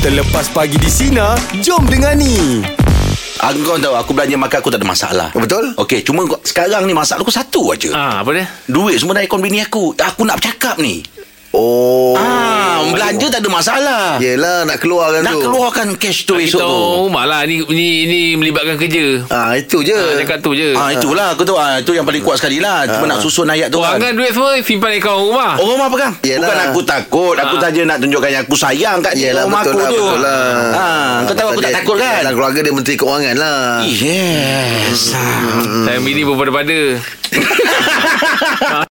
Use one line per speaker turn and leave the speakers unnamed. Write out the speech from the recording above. Terlepas pagi di Sina Jom dengar ni
Aku kau tahu Aku belanja makan Aku tak ada masalah
Betul.
Okey cuma kau- sekarang ni Masalah aku satu aja
Ah, apa dia?
Duit semua dari akaun bini aku Aku nak bercakap ni
Oh.
Ah, Belanja tak ada masalah
Yelah nak keluarkan
Nak
tu.
keluarkan cash tu
Kita
esok tu
orang rumah lah Ni, ni, ni melibatkan kerja
Ah itu je.
Ah, Cakap tu je
Ah itulah aku tahu ah, itu yang paling kuat sekali lah
Ah.
cuma nak susun ayat tu
Perangan Ah. duit semua Simpan akaun rumah
Oh rumah pegang
Yelah.
Bukan aku takut Aku
Ah.
saja nak tunjukkan Yang aku sayang kat dia
Yelah
Rumah
betul
aku
lah
tu
betul lah.
Ah, Kau tahu aku tak
pasal dia-
takut kan
Dalam keluarga dia menteri keuangan lah.
Yes Ah.
Hmm.
Time ini berpada-pada